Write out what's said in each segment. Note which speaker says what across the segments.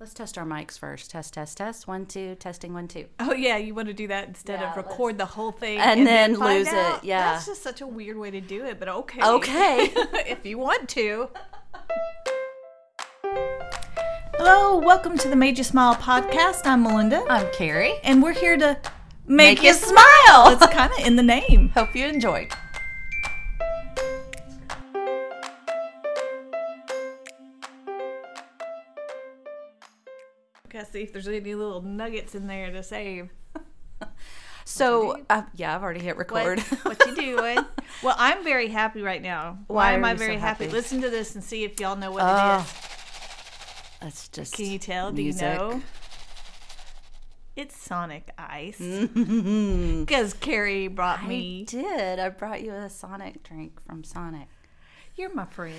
Speaker 1: Let's test our mics first. Test, test, test. One, two. Testing, one, two.
Speaker 2: Oh yeah, you want to do that instead
Speaker 1: Yeah,
Speaker 2: of
Speaker 1: let's-
Speaker 2: record the whole thing
Speaker 1: And then
Speaker 2: find
Speaker 1: lose it,
Speaker 2: out.
Speaker 1: yeah.
Speaker 2: that's just such a weird way to do it, but okay,
Speaker 1: Okay.
Speaker 2: if you want to. Hello, welcome to the Made You Smile podcast. I'm Melinda,
Speaker 1: I'm Carrie.
Speaker 2: and we're here to
Speaker 1: Make you
Speaker 2: smile. It's kind of in the name.
Speaker 1: Hope you enjoyed.
Speaker 2: Okay, see if there's any little nuggets in there to save.
Speaker 1: So, uh, yeah, I've already hit record.
Speaker 2: What, what you doing? well, I'm very happy right now.
Speaker 1: Why
Speaker 2: Why, am
Speaker 1: are
Speaker 2: I
Speaker 1: you so
Speaker 2: very happy?
Speaker 1: happy?
Speaker 2: Listen to this and see if y'all know what it
Speaker 1: Oh.
Speaker 2: is.
Speaker 1: That's just.
Speaker 2: Can you tell?
Speaker 1: music.
Speaker 2: Do you know? It's Sonic Ice. Because Carrie brought
Speaker 1: Mm-hmm. I
Speaker 2: me.
Speaker 1: did. I brought you a Sonic drink from Sonic.
Speaker 2: You're my friend.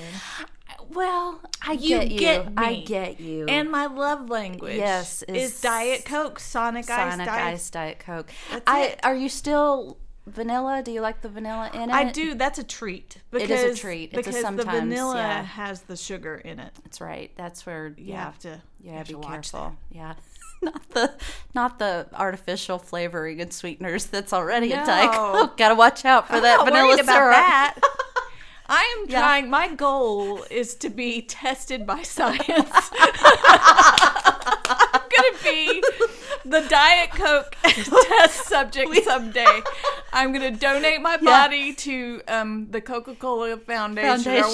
Speaker 1: Well, I
Speaker 2: You
Speaker 1: get you.
Speaker 2: get
Speaker 1: I
Speaker 2: me.
Speaker 1: get you.
Speaker 2: And my love language.
Speaker 1: Yes,
Speaker 2: Is,
Speaker 1: is
Speaker 2: Diet Coke, Sonic, Ice.
Speaker 1: Sonic
Speaker 2: Diet-
Speaker 1: Ice Diet Coke. I
Speaker 2: it.
Speaker 1: are you still vanilla? Do you like the vanilla in it?
Speaker 2: I do. That's a treat.
Speaker 1: is
Speaker 2: Because,
Speaker 1: a treat. It's a
Speaker 2: because the
Speaker 1: sometimes,
Speaker 2: vanilla
Speaker 1: yeah.
Speaker 2: has the sugar in it.
Speaker 1: That's right. That's where
Speaker 2: You
Speaker 1: yeah.
Speaker 2: have to.
Speaker 1: Yeah,
Speaker 2: you have
Speaker 1: be
Speaker 2: to watch
Speaker 1: careful. Yeah. Not the not the artificial flavoring and sweeteners that's already in Diet
Speaker 2: No.
Speaker 1: Coke. Gotta watch out for that
Speaker 2: not
Speaker 1: vanilla
Speaker 2: worried about
Speaker 1: syrup.
Speaker 2: that. I am
Speaker 1: Yeah.
Speaker 2: trying. My goal is to be tested by science. I'm going to be the Diet Coke test subject someday. I'm going to donate my
Speaker 1: Yeah.
Speaker 2: body to um, the Coca Cola Foundation,
Speaker 1: Foundation,
Speaker 2: or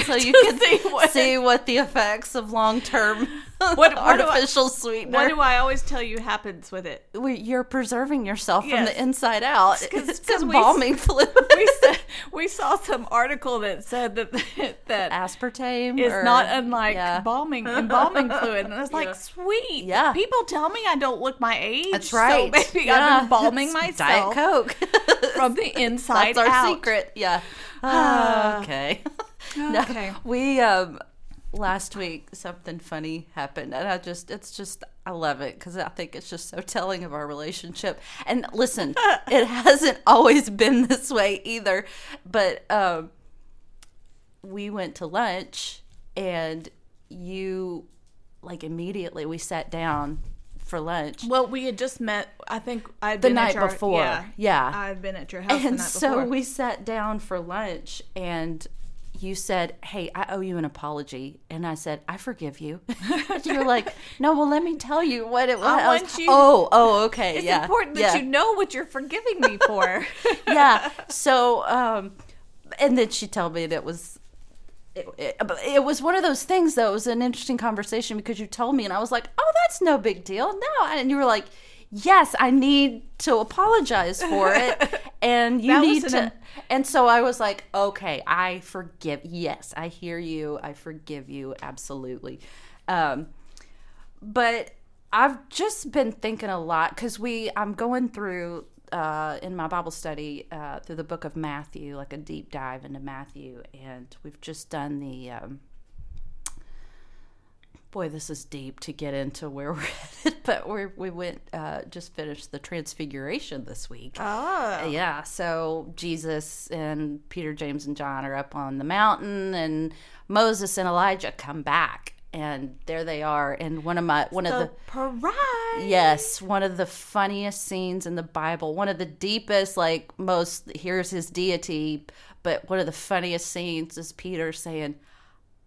Speaker 1: so you
Speaker 2: to
Speaker 1: can
Speaker 2: see what,
Speaker 1: See what the effects of long term
Speaker 2: what do I-
Speaker 1: artificial
Speaker 2: what
Speaker 1: sweetener.
Speaker 2: do I always tell you happens with it?
Speaker 1: We- You're preserving yourself from
Speaker 2: Yes.
Speaker 1: the inside out.
Speaker 2: 'cause-
Speaker 1: It's
Speaker 2: 'cause we-
Speaker 1: embalming fluid.
Speaker 2: We, sa- we saw some article that said that that
Speaker 1: aspartame
Speaker 2: is
Speaker 1: or-
Speaker 2: not unlike
Speaker 1: yeah.
Speaker 2: embalming embalming fluid. And I was like,
Speaker 1: Yeah.
Speaker 2: sweet.
Speaker 1: Yeah.
Speaker 2: People tell me I don't look my age.
Speaker 1: That's right.
Speaker 2: So maybe
Speaker 1: Yeah.
Speaker 2: I'm embalming
Speaker 1: It's Diet
Speaker 2: myself
Speaker 1: Coke.
Speaker 2: from the inside
Speaker 1: That's our
Speaker 2: out.
Speaker 1: secret. Yeah.
Speaker 2: Ah.
Speaker 1: okay.
Speaker 2: Okay.
Speaker 1: we um last week something funny happened and I just it's just I love it cuz I think it's just so telling of our relationship. And listen, it hasn't always been this way either, but um we went to lunch and you like immediately we sat down for lunch
Speaker 2: Well, we had just met. I think I'd
Speaker 1: the
Speaker 2: been
Speaker 1: night
Speaker 2: at your,
Speaker 1: before.
Speaker 2: Yeah,
Speaker 1: yeah
Speaker 2: I've been at your house the
Speaker 1: and
Speaker 2: night
Speaker 1: so
Speaker 2: before.
Speaker 1: we sat down for lunch and you said hey i owe you an apology and i said i forgive you And you were like no well let me tell you what it was
Speaker 2: want
Speaker 1: was,
Speaker 2: you-
Speaker 1: oh oh okay
Speaker 2: it's
Speaker 1: yeah
Speaker 2: important that
Speaker 1: yeah,
Speaker 2: you know what you're forgiving me for.
Speaker 1: yeah so um and then she told me that was it, it, but it was one of those things though it was an interesting conversation because you told me and i was like oh that's no big deal no and you were like yes i need to apologize for it and you
Speaker 2: That was
Speaker 1: need
Speaker 2: an
Speaker 1: to
Speaker 2: im-
Speaker 1: and so i was like okay i forgive yes i hear you i forgive you absolutely um but I've just been thinking a lot because we I'm going through uh, in my Bible study uh, through the book of Matthew, like a deep dive into Matthew, and we've just done the. Um, boy, this is deep to get into where we're at, but we we went uh, just finished the Transfiguration this week.
Speaker 2: Oh.
Speaker 1: Yeah, so Jesus and Peter, James, and John are up on the mountain, and Moses and Elijah come back, and there they are. And one of my one of the
Speaker 2: Surprise.
Speaker 1: yes, one of the funniest scenes in the Bible, one of the deepest, like most. Here's his deity, but one of the funniest scenes is Peter saying,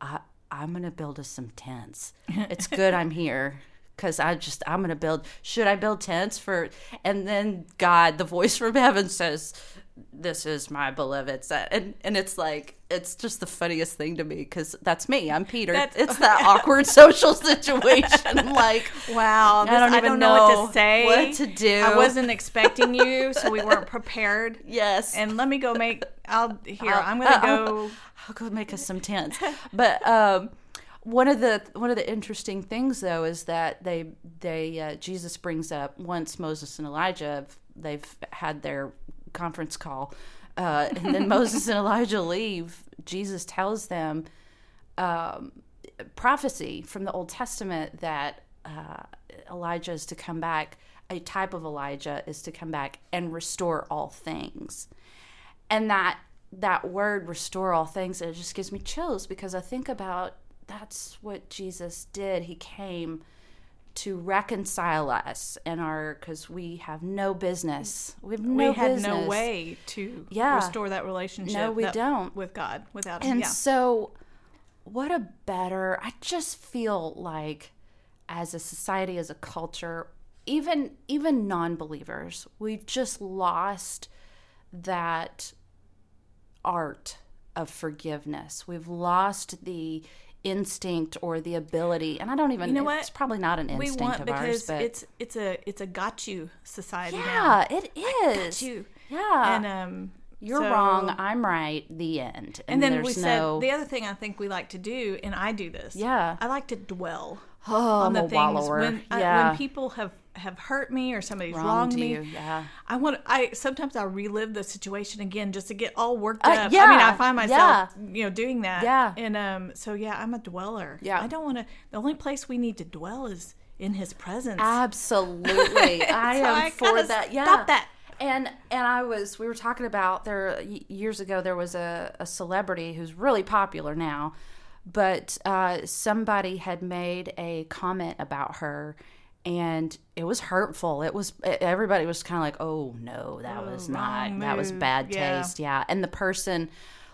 Speaker 1: I, "I'm gonna build us some tents. It's good I'm here." Cause I just I'm gonna build. Should I build tents for? And then God, the voice from heaven says, "This is my beloved son," and and it's like it's just the funniest thing to me because that's me. I'm Peter.
Speaker 2: That's-
Speaker 1: it's that awkward social situation. Like
Speaker 2: Wow. this-
Speaker 1: I don't even
Speaker 2: know, what
Speaker 1: know
Speaker 2: to say.
Speaker 1: what to do.
Speaker 2: I wasn't expecting you, so we weren't prepared.
Speaker 1: Yes.
Speaker 2: and let me go make I'll here
Speaker 1: I'll- uh,
Speaker 2: I'm gonna
Speaker 1: I'll-
Speaker 2: go
Speaker 1: I'll go make us some tents. But um, one of the one of the interesting things though is that they they uh, Jesus brings up once Moses and Elijah they've had their conference call, uh, and then Moses and Elijah leave. Jesus tells them um, prophecy from the Old Testament that uh, Elijah is to come back. A type of Elijah is to come back and restore all things and that that word restore all things it just gives me chills because i think about that's what Jesus did. He came to reconcile us and our because we have no business. We have no
Speaker 2: we had
Speaker 1: business.
Speaker 2: no way to
Speaker 1: Yeah.
Speaker 2: restore that relationship.
Speaker 1: No, we
Speaker 2: that-
Speaker 1: don't.
Speaker 2: with God without Him.
Speaker 1: And
Speaker 2: Yeah,
Speaker 1: so, what a better, I just feel like as a society, as a culture, even even non-believers, we just lost that art of forgiveness. We've lost the instinct or the ability, and I don't even
Speaker 2: You know what?
Speaker 1: It's probably not an
Speaker 2: we
Speaker 1: instinct
Speaker 2: want
Speaker 1: of ours,
Speaker 2: because
Speaker 1: but
Speaker 2: it's it's a it's a got you society. now.
Speaker 1: yeah, it is.
Speaker 2: you.
Speaker 1: Yeah,
Speaker 2: and um,
Speaker 1: you're
Speaker 2: so-
Speaker 1: wrong. I'm right. The end.
Speaker 2: And then we
Speaker 1: there's
Speaker 2: said
Speaker 1: no,
Speaker 2: the other thing I think we like to do, and I do this.
Speaker 1: Yeah.
Speaker 2: I like to dwell
Speaker 1: oh,
Speaker 2: on
Speaker 1: I'm
Speaker 2: the
Speaker 1: a
Speaker 2: things
Speaker 1: wallower.
Speaker 2: when I-
Speaker 1: yeah.
Speaker 2: when people have have hurt me or somebody's wronged,
Speaker 1: wronged
Speaker 2: me.
Speaker 1: you. Yeah.
Speaker 2: I want. I sometimes I relive the situation again just to get all worked
Speaker 1: Uh,
Speaker 2: up. I mean, I
Speaker 1: yeah,
Speaker 2: find myself, you know, doing that.
Speaker 1: Yeah.
Speaker 2: And um, so yeah, I'm a dweller.
Speaker 1: Yeah.
Speaker 2: I don't want to. The only place we need to dwell is in His presence.
Speaker 1: Ah, Absolutely. I
Speaker 2: So
Speaker 1: am
Speaker 2: I
Speaker 1: for
Speaker 2: gotta
Speaker 1: that. Yeah.
Speaker 2: stop that.
Speaker 1: And and I was we were talking about there y- years ago there was a, a celebrity who's really popular now, but uh, somebody had made a comment about her and it was hurtful. It was e, everybody was kind of like, "Oh no, that was not
Speaker 2: wrong
Speaker 1: that was
Speaker 2: move.
Speaker 1: bad
Speaker 2: Yeah.
Speaker 1: taste." Yeah. And the person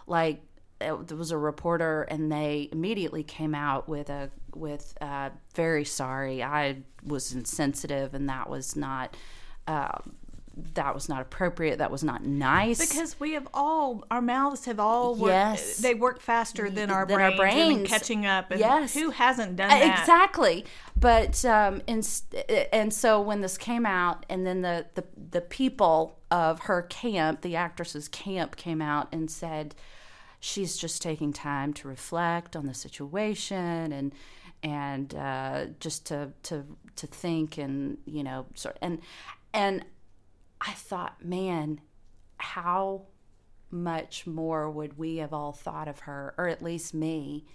Speaker 1: like it- there was a reporter and they immediately came out with a with uh, very sorry i was insensitive and that was not uh, that was not appropriate that was not nice
Speaker 2: Because we have all our mouths have all worked,
Speaker 1: Yes.
Speaker 2: they work faster than our
Speaker 1: Than our
Speaker 2: brains, and
Speaker 1: brains.
Speaker 2: catching up. And
Speaker 1: Yes.
Speaker 2: who hasn't done
Speaker 1: Uh,
Speaker 2: that?
Speaker 1: exactly but um and and so when this came out and then the, the the people of her camp the actress's camp came out and said she's just taking time to reflect on the situation and and uh, just to to to think and you know sort and and I thought man how much more would we have all thought of her or at least me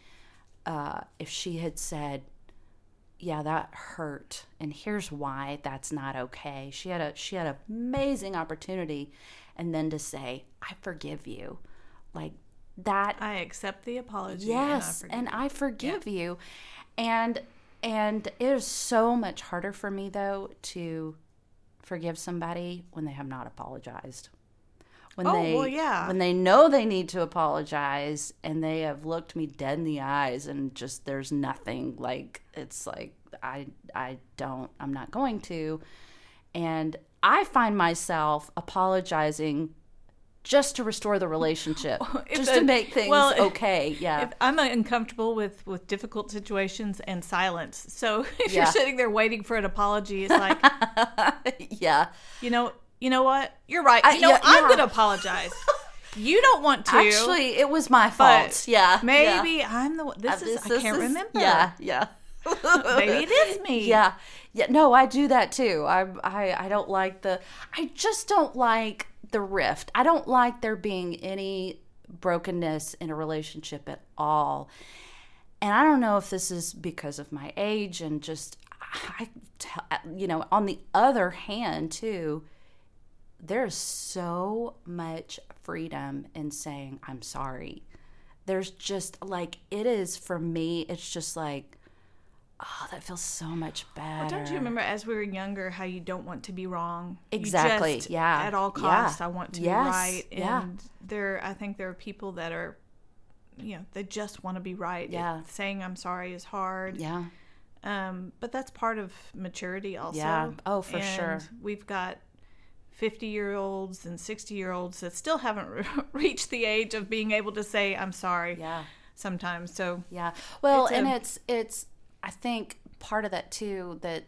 Speaker 1: uh, if she had said yeah that hurt and here's why that's not okay she had a she had an amazing opportunity and then to say i forgive you like that
Speaker 2: I accept the apology.
Speaker 1: yes and
Speaker 2: and I forgive
Speaker 1: i forgive you and and it is so much harder for me though to forgive somebody when they have not apologized when
Speaker 2: Oh,
Speaker 1: they
Speaker 2: well, yeah.
Speaker 1: when they know they need to apologize and they have looked me dead in the eyes and just there's nothing like it's like i i don't i'm not going to and i find myself apologizing just to restore the relationship
Speaker 2: If
Speaker 1: just
Speaker 2: the-
Speaker 1: to make things
Speaker 2: well, if-
Speaker 1: okay yeah
Speaker 2: If I'm uncomfortable with with difficult situations and silence. So if
Speaker 1: Yeah.
Speaker 2: you're sitting there waiting for an apology, it's like
Speaker 1: yeah
Speaker 2: you know, you know what? You're right.
Speaker 1: I-
Speaker 2: You know,
Speaker 1: yeah,
Speaker 2: I'm
Speaker 1: yeah.
Speaker 2: gonna apologize. you don't want to.
Speaker 1: actually it was my
Speaker 2: but
Speaker 1: fault yeah
Speaker 2: Maybe
Speaker 1: yeah. Uh,
Speaker 2: I'm the one. This is. I
Speaker 1: This
Speaker 2: can't
Speaker 1: is-
Speaker 2: remember.
Speaker 1: yeah yeah
Speaker 2: Maybe it is me.
Speaker 1: Yeah, yeah. No, I do that too. I, I, I don't like the. I just don't like the rift. I don't like there being any brokenness in a relationship at all. And I don't know if this is because of my age and just, I, you know. On the other hand, too, there's so much freedom in saying I'm sorry. There's just like it is for me. It's just like, oh, that feels so much better.
Speaker 2: Don't you remember as we were younger how you don't want to be wrong? You
Speaker 1: Exactly,
Speaker 2: just,
Speaker 1: yeah,
Speaker 2: At all
Speaker 1: yeah,
Speaker 2: costs, I want to be
Speaker 1: yes,
Speaker 2: right. And
Speaker 1: yeah.
Speaker 2: there, I think there are people that are, you know, they just want to be right. It-
Speaker 1: Yeah.
Speaker 2: saying I'm sorry is hard.
Speaker 1: Yeah.
Speaker 2: Um, but that's part of maturity also.
Speaker 1: Yeah. Oh, for sure.
Speaker 2: And We've got 50 year olds and 60 year olds that still haven't re- reached the age of being able to say I'm sorry
Speaker 1: Yeah.
Speaker 2: sometimes. So
Speaker 1: Yeah. Well,
Speaker 2: It's a-
Speaker 1: and it's it's I think part of that too that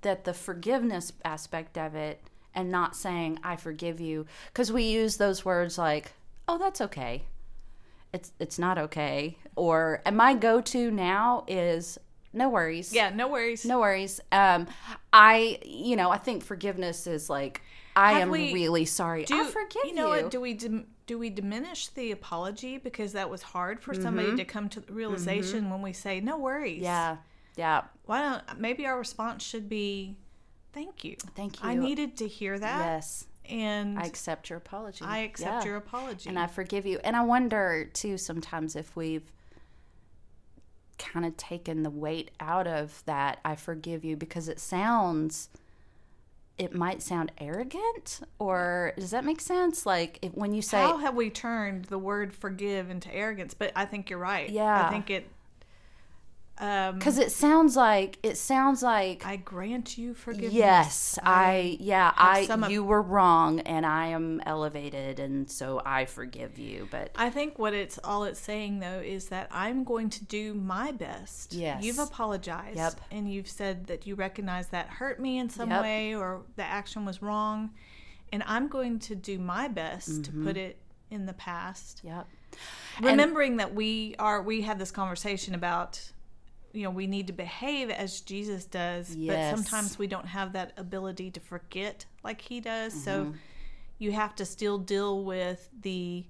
Speaker 1: that the forgiveness aspect of it and not saying I forgive you cuz we use those words like oh that's okay. It's it's not okay or and my go-to now is no worries.
Speaker 2: yeah, no worries.
Speaker 1: No worries. Um I you know, I think forgiveness is like I
Speaker 2: Have
Speaker 1: am
Speaker 2: we-
Speaker 1: really sorry. I forgive you.
Speaker 2: You know what? Do we dim- do we diminish the apology because that was hard for somebody to come to the realization when we say no worries?
Speaker 1: Mm-hmm. yeah. Yeah.
Speaker 2: Why don't maybe our response should be, "Thank you,
Speaker 1: Thank
Speaker 2: I
Speaker 1: you.
Speaker 2: needed to hear that,
Speaker 1: Yes.
Speaker 2: and
Speaker 1: I
Speaker 2: I,
Speaker 1: accept your apology. Yeah.
Speaker 2: accept your apology."
Speaker 1: and I forgive you. And I wonder too sometimes if we've kind of taken the weight out of that I forgive you because it sounds it might sound arrogant or does that make sense like if, when you say
Speaker 2: How have we turned the word forgive into arrogance? But I think you're right.
Speaker 1: Yeah.
Speaker 2: I think it. Um,
Speaker 1: cuz it sounds like it sounds like
Speaker 2: I grant you forgiveness.
Speaker 1: yes i yeah i
Speaker 2: some of-
Speaker 1: you were wrong and i am elevated and so i forgive you but
Speaker 2: I think what it's all it's saying though is that I'm going to do my best.
Speaker 1: Yes.
Speaker 2: You've apologized.
Speaker 1: Yep.
Speaker 2: And you've said that you recognize that hurt me in some
Speaker 1: Yep.
Speaker 2: way or the action was wrong. And I'm going to do my best
Speaker 1: Mm-hmm.
Speaker 2: to put it in the past.
Speaker 1: yep
Speaker 2: Remembering that we are we had this conversation about you know, we need to behave as Jesus does,
Speaker 1: Yes.
Speaker 2: but sometimes we don't have that ability to forget like he does. So
Speaker 1: Mm-hmm.
Speaker 2: you have to still deal with the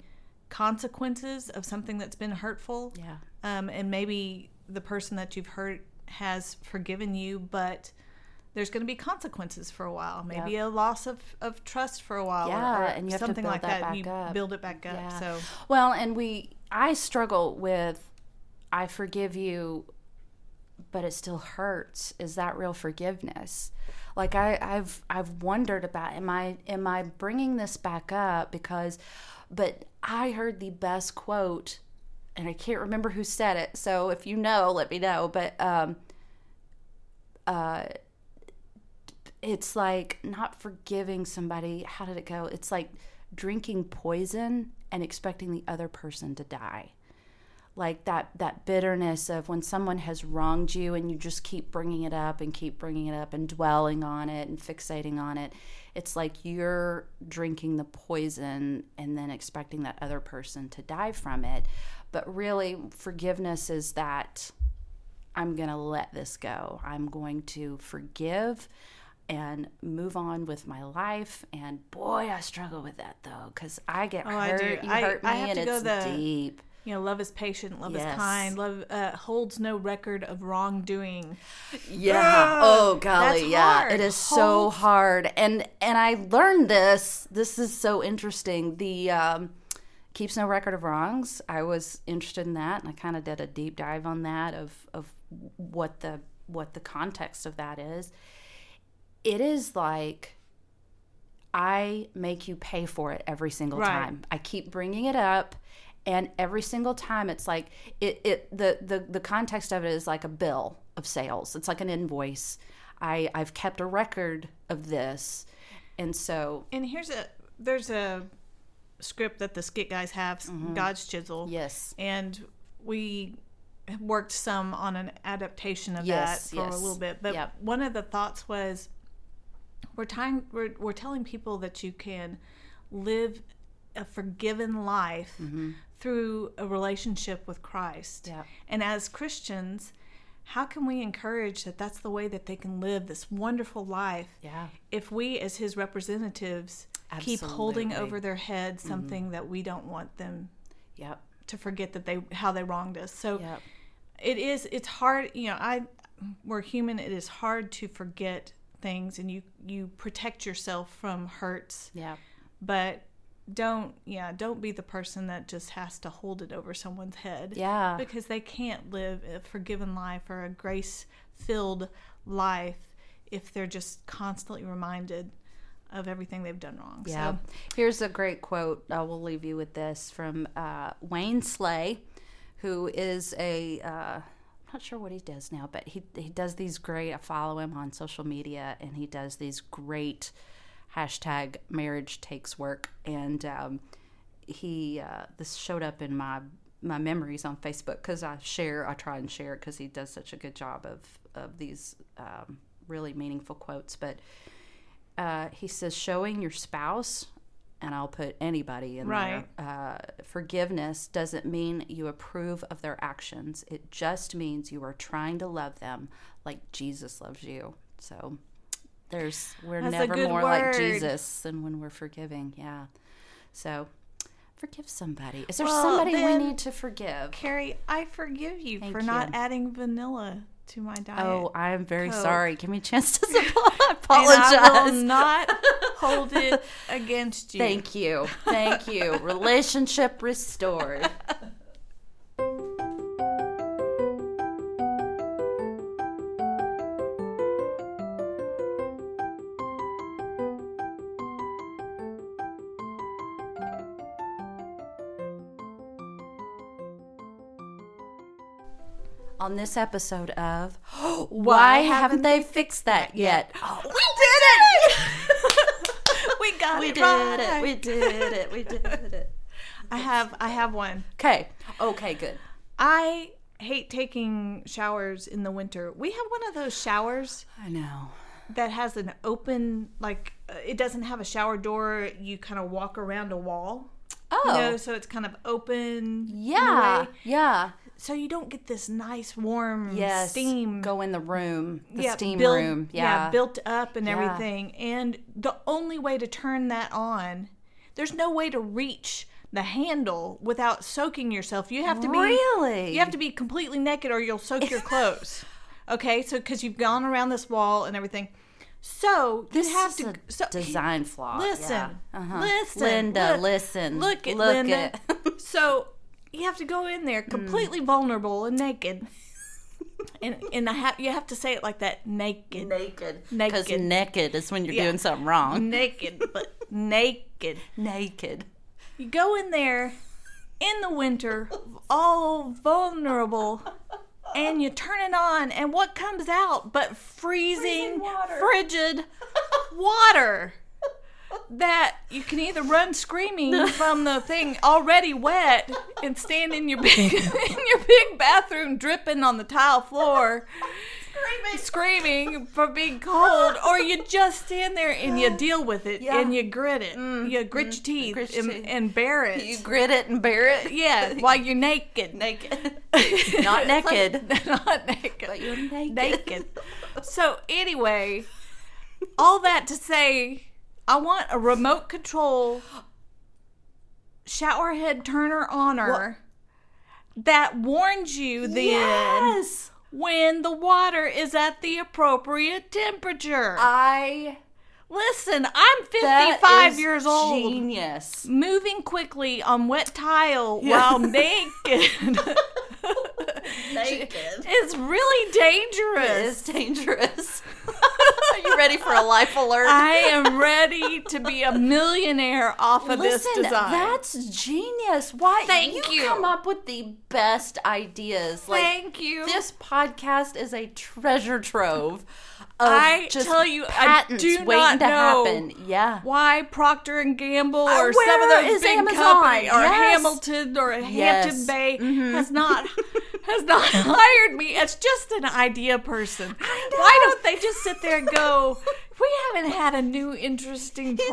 Speaker 2: consequences of something that's been hurtful.
Speaker 1: yeah
Speaker 2: Um, and maybe the person that you've hurt has forgiven you, but there's going to be consequences for a while. Maybe a loss of, of trust for a while, or-
Speaker 1: Yeah,
Speaker 2: or,
Speaker 1: and you have to
Speaker 2: something
Speaker 1: build
Speaker 2: like
Speaker 1: that
Speaker 2: that.
Speaker 1: back
Speaker 2: you
Speaker 1: up.
Speaker 2: build it back up.
Speaker 1: Yeah.
Speaker 2: So
Speaker 1: Well, and we, I struggle with, I forgive you, but it still hurts. Is that real forgiveness? Like I, I've, I've wondered about, am I, am I bringing this back up because, but I heard the best quote, and I can't remember who said it. So if you know, let me know. But um, uh, it's like not forgiving somebody. How did it go? It's like drinking poison and expecting the other person to die. Like that that bitterness of when someone has wronged you and you just keep bringing it up and keep bringing it up and dwelling on it and fixating on it. It's like you're drinking the poison and then expecting that other person to die from it. But really forgiveness is that I'm going to let this go. I'm going to forgive and move on with my life. And boy, I struggle with that though, because I get
Speaker 2: Oh, I
Speaker 1: hurt.
Speaker 2: do.
Speaker 1: You
Speaker 2: I-
Speaker 1: hurt me,
Speaker 2: I have
Speaker 1: and
Speaker 2: to go
Speaker 1: it's
Speaker 2: the-
Speaker 1: deep.
Speaker 2: you know, love is patient, love
Speaker 1: Yes.
Speaker 2: is kind, love uh, holds no record of wrongdoing.
Speaker 1: Yeah. Oh golly,
Speaker 2: that's
Speaker 1: yeah.
Speaker 2: hard.
Speaker 1: It is so
Speaker 2: Hold-
Speaker 1: hard. And and I learned this. This is so interesting. The um keeps no record of wrongs. I was interested in that and I kind of did a deep dive on that of of what the what the context of that is. It is like I make you pay for it every single
Speaker 2: Right.
Speaker 1: time. I keep bringing it up and every single time it's like it, it the, the the context of it is like a bill of sales. It's like an invoice. I I've kept a record of this. And so
Speaker 2: And here's a there's a script that the skit guys have, God's Chisel.
Speaker 1: yes.
Speaker 2: and we worked some on an adaptation of
Speaker 1: Yes,
Speaker 2: that for
Speaker 1: yes.
Speaker 2: a little bit. But
Speaker 1: Yep.
Speaker 2: one of the thoughts was we're tying we're, we're telling people that you can live a forgiven life
Speaker 1: Mm-hmm.
Speaker 2: through a relationship with Christ.
Speaker 1: Yeah.
Speaker 2: And as Christians, how can we encourage that that's the way that they can live this wonderful life
Speaker 1: Yeah.
Speaker 2: if we as his representatives keep holding
Speaker 1: Absolutely. Mm-hmm.
Speaker 2: over their head something that we don't want them
Speaker 1: Yep.
Speaker 2: to forget that they how they wronged us. So
Speaker 1: Yep.
Speaker 2: it is it's hard, you know, I we're human, it is hard to forget things and you you protect yourself from hurts,
Speaker 1: Yeah.
Speaker 2: but don't yeah, don't be the person that just has to hold it over someone's head.
Speaker 1: Yeah.
Speaker 2: Because they can't live a forgiven life or a grace filled life if they're just constantly reminded of everything they've done wrong.
Speaker 1: Yeah.
Speaker 2: So
Speaker 1: Here's a great quote. I will leave you with this from uh, Wayne Slay, who is a. Uh, I'm not sure what he does now, but he he does these great. I follow him on social media, and he does these great hashtag marriage takes work and. Um, he uh, this showed up in my my memories on Facebook because I share I try and share because he does such a good job of of these um, really meaningful quotes. But uh, he says showing your spouse, and I'll put anybody in there. Uh, forgiveness doesn't mean you approve of their actions. It just means you are trying to love them like Jesus loves you. So. There's we're
Speaker 2: That's a
Speaker 1: never
Speaker 2: good
Speaker 1: more like
Speaker 2: word.
Speaker 1: Jesus than when we're forgiving. Yeah. So forgive somebody. Is there
Speaker 2: Well,
Speaker 1: somebody
Speaker 2: then-
Speaker 1: we need to forgive?
Speaker 2: Carrie, I forgive you
Speaker 1: Thank
Speaker 2: for not
Speaker 1: you.
Speaker 2: adding vanilla to my diet.
Speaker 1: Oh, I am very
Speaker 2: Coke.
Speaker 1: sorry. Give me a chance to apologize.
Speaker 2: And I will not hold it against you.
Speaker 1: Thank you. Thank you. Relationship restored. on this episode of Why,
Speaker 2: haven't
Speaker 1: haven't they fixed that yet? Oh,
Speaker 2: We did it! we got
Speaker 1: we
Speaker 2: it
Speaker 1: did
Speaker 2: right.
Speaker 1: it. We did it. We did it.
Speaker 2: I have I have one.
Speaker 1: Okay. Okay, good.
Speaker 2: I hate taking showers in the winter. We have one of those showers
Speaker 1: I know.
Speaker 2: that has an open like uh, it doesn't have a shower door. You kind of walk around a wall.
Speaker 1: Oh.
Speaker 2: You know, so it's kind of open. in a
Speaker 1: yeah.
Speaker 2: way.
Speaker 1: Yeah.
Speaker 2: So you don't get this nice warm
Speaker 1: Yes.
Speaker 2: steam
Speaker 1: Go in the room. The
Speaker 2: yeah,
Speaker 1: steam
Speaker 2: build-
Speaker 1: room. Yeah.
Speaker 2: built up and everything. And the only way to turn that on, there's no way to reach the handle without soaking yourself. You have to be
Speaker 1: Really?
Speaker 2: You have to be completely naked or you'll soak your clothes. Okay, so because you've gone around this wall and everything, so
Speaker 1: This
Speaker 2: you have
Speaker 1: is
Speaker 2: to
Speaker 1: a
Speaker 2: so,
Speaker 1: design flaw.
Speaker 2: Listen,
Speaker 1: Yeah. Uh-huh.
Speaker 2: listen,
Speaker 1: Linda.
Speaker 2: look-
Speaker 1: listen.
Speaker 2: Look at Hmm. Linda. so you have to go in there completely vulnerable and naked. And, and I have, you have to say it like that naked.
Speaker 1: naked. Because
Speaker 2: Naked.
Speaker 1: naked is when you're
Speaker 2: Yeah.
Speaker 1: doing something wrong.
Speaker 2: naked, but naked.
Speaker 1: Naked.
Speaker 2: You go in there in the winter, all vulnerable, and you turn it on, and what comes out but
Speaker 1: Freezing
Speaker 2: freezing,
Speaker 1: water.
Speaker 2: frigid water that you can either run screaming from the thing already wet and stand in your big in your big bathroom dripping on the tile floor screaming for being cold, or you just stand there and you deal with it
Speaker 1: Yeah. Mm-hmm.
Speaker 2: and you grit it. You grit your teeth
Speaker 1: Grit your
Speaker 2: and,
Speaker 1: teeth.
Speaker 2: and bear it.
Speaker 1: You grit it and bear it.
Speaker 2: yeah, while you're naked.
Speaker 1: Naked. Not
Speaker 2: It's like-
Speaker 1: naked.
Speaker 2: not naked.
Speaker 1: But you're naked.
Speaker 2: Naked. So, anyway, all that to say, I want a remote control shower head turner on her that warns you then
Speaker 1: yes.
Speaker 2: when the water is at the appropriate temperature.
Speaker 1: I
Speaker 2: Listen, I'm
Speaker 1: that
Speaker 2: 55
Speaker 1: is
Speaker 2: years old.
Speaker 1: Genius.
Speaker 2: Moving quickly on wet tile
Speaker 1: Yeah.
Speaker 2: while naked
Speaker 1: Naked.
Speaker 2: is really dangerous.
Speaker 1: It is dangerous. Are you ready for a life alert?
Speaker 2: I am ready to be a millionaire off of this
Speaker 1: Listen,
Speaker 2: design.
Speaker 1: that's genius. Why
Speaker 2: Thank you.
Speaker 1: come up with the best ideas? Like
Speaker 2: Thank you.
Speaker 1: this podcast is a treasure trove. Of
Speaker 2: I
Speaker 1: just
Speaker 2: tell you, I
Speaker 1: patents
Speaker 2: do
Speaker 1: waiting
Speaker 2: not
Speaker 1: to
Speaker 2: know
Speaker 1: happen. Yeah.
Speaker 2: why Procter and Gamble
Speaker 1: Uh,
Speaker 2: or some of
Speaker 1: where
Speaker 2: those
Speaker 1: is
Speaker 2: big
Speaker 1: Amazon?
Speaker 2: companies or
Speaker 1: Yes.
Speaker 2: Hamilton or Hampton
Speaker 1: Yes. Mm-hmm.
Speaker 2: Bay has not has not hired me as just an idea person. Why don't they just sit there and go? We haven't had a new interesting
Speaker 1: just made a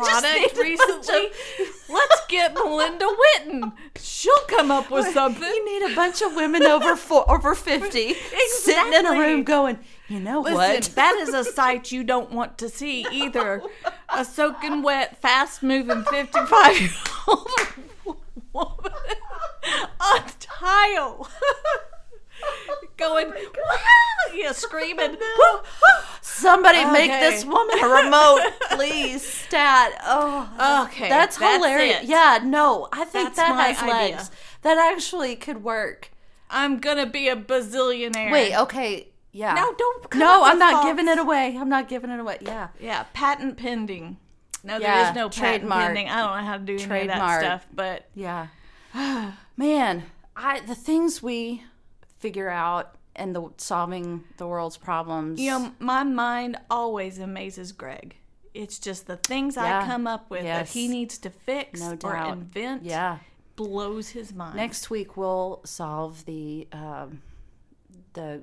Speaker 2: product
Speaker 1: bunch
Speaker 2: recently.
Speaker 1: of-
Speaker 2: Let's get Melinda Witten. She'll come up with something.
Speaker 1: You need a bunch of women over four, over fifty sitting in a
Speaker 2: Exactly.
Speaker 1: room going, you know what?
Speaker 2: Listen, that is a sight you don't want to see either. A soaking wet, fast moving 55 year old woman on tile.
Speaker 1: Oh
Speaker 2: Going, wow! Yeah, screaming.
Speaker 1: Somebody make
Speaker 2: Okay.
Speaker 1: this woman a remote, please. Stat. Oh,
Speaker 2: Uh, Okay,
Speaker 1: that's,
Speaker 2: that's
Speaker 1: hilarious.
Speaker 2: it.
Speaker 1: Yeah, no, I think
Speaker 2: That's
Speaker 1: that
Speaker 2: my
Speaker 1: has
Speaker 2: idea.
Speaker 1: legs. That actually could work.
Speaker 2: I'm gonna be a bazillionaire.
Speaker 1: Wait, okay, yeah.
Speaker 2: No, don't come up
Speaker 1: No,
Speaker 2: with
Speaker 1: I'm not
Speaker 2: thoughts.
Speaker 1: giving it away. I'm not giving it away. Yeah,
Speaker 2: Yeah, patent pending. No, there
Speaker 1: Yeah,
Speaker 2: is no
Speaker 1: trademark.
Speaker 2: patent pending. I don't know how to do any
Speaker 1: Trademark.
Speaker 2: of that stuff, but
Speaker 1: yeah. Man, I the things we figure out and the solving the world's problems.
Speaker 2: You know, my mind always amazes Greg. It's just the things I
Speaker 1: Yeah.
Speaker 2: come up with
Speaker 1: Yes.
Speaker 2: that he needs to fix
Speaker 1: No
Speaker 2: or
Speaker 1: doubt.
Speaker 2: invent
Speaker 1: yeah.
Speaker 2: blows his mind.
Speaker 1: Next week we'll solve the um, the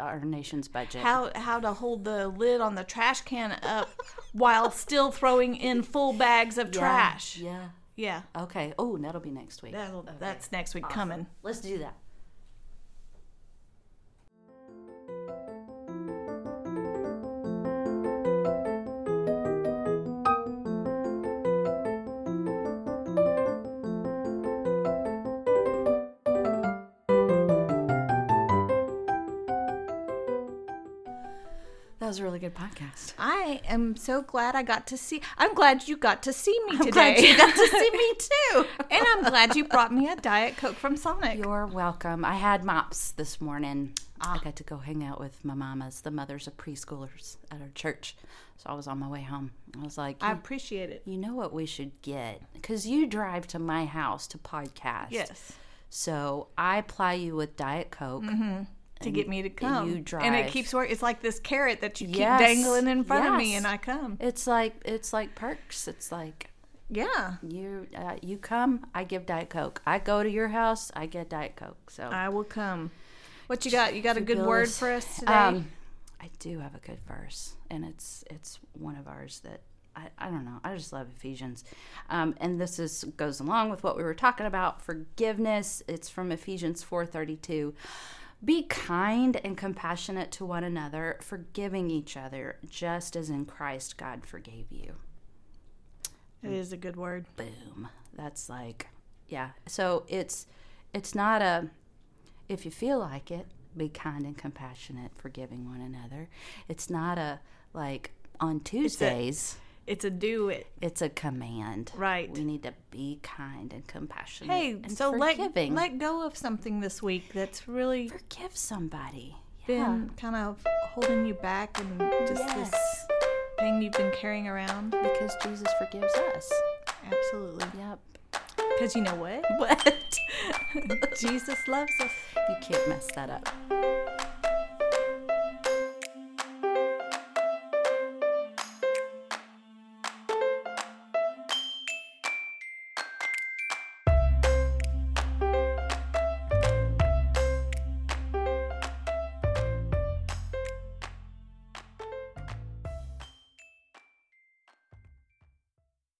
Speaker 1: our nation's budget.
Speaker 2: how how to hold the lid on the trash can up while still throwing in full bags of
Speaker 1: Yeah,
Speaker 2: trash.
Speaker 1: Yeah.
Speaker 2: Yeah.
Speaker 1: Okay. Oh, that'll be next week.
Speaker 2: That'll, That's next week coming.
Speaker 1: Let's do that. That was a really good podcast.
Speaker 2: I am so glad I got to see I'm glad you got to see me today.
Speaker 1: glad you got to see me too.
Speaker 2: and I'm glad you brought me a Diet Coke from Sonic.
Speaker 1: You're welcome. I had mops this morning. I got to go hang out with my mamas, the mothers of preschoolers at our church. So I was on my way home. I was like,
Speaker 2: I appreciate it.
Speaker 1: you know what we should get? Because you drive to my house to podcast.
Speaker 2: Yes.
Speaker 1: So I ply you with Diet Coke
Speaker 2: to get me to come.
Speaker 1: you
Speaker 2: And
Speaker 1: drive.
Speaker 2: it keeps working. It's like this carrot that you keep
Speaker 1: Yes.
Speaker 2: dangling in front of me,
Speaker 1: Yes.
Speaker 2: and I come.
Speaker 1: It's like it's like perks. It's like
Speaker 2: Yeah.
Speaker 1: you uh, you come, I give Diet Coke. I go to your house, I get Diet Coke. So
Speaker 2: I will come. What you got? You got a good
Speaker 1: Bill
Speaker 2: word
Speaker 1: is-
Speaker 2: for us today?
Speaker 1: Um, I do have a good verse, and it's it's one of ours that I, I don't know. I just love Ephesians, um, and this is goes along with what we were talking about forgiveness. It's from Ephesians four thirty two. Be kind and compassionate to one another, forgiving each other, just as in Christ God forgave you.
Speaker 2: it is a good word.
Speaker 1: Boom. That's like, yeah. So it's it's not a if you feel like it, be kind and compassionate, forgiving one another. It's not a like on Tuesdays.
Speaker 2: It's a do it.
Speaker 1: It's a command.
Speaker 2: Right.
Speaker 1: We need to be kind and compassionate.
Speaker 2: Hey,
Speaker 1: and
Speaker 2: so let,
Speaker 1: forgiving.
Speaker 2: let go of something this week that's really
Speaker 1: forgive somebody. Yeah.
Speaker 2: been kind of holding you back and just this
Speaker 1: Yes.
Speaker 2: thing you've been carrying around.
Speaker 1: Because Jesus forgives us.
Speaker 2: Absolutely.
Speaker 1: Yep.
Speaker 2: Because you know what?
Speaker 1: What?
Speaker 2: Jesus loves us.
Speaker 1: you can't mess that up.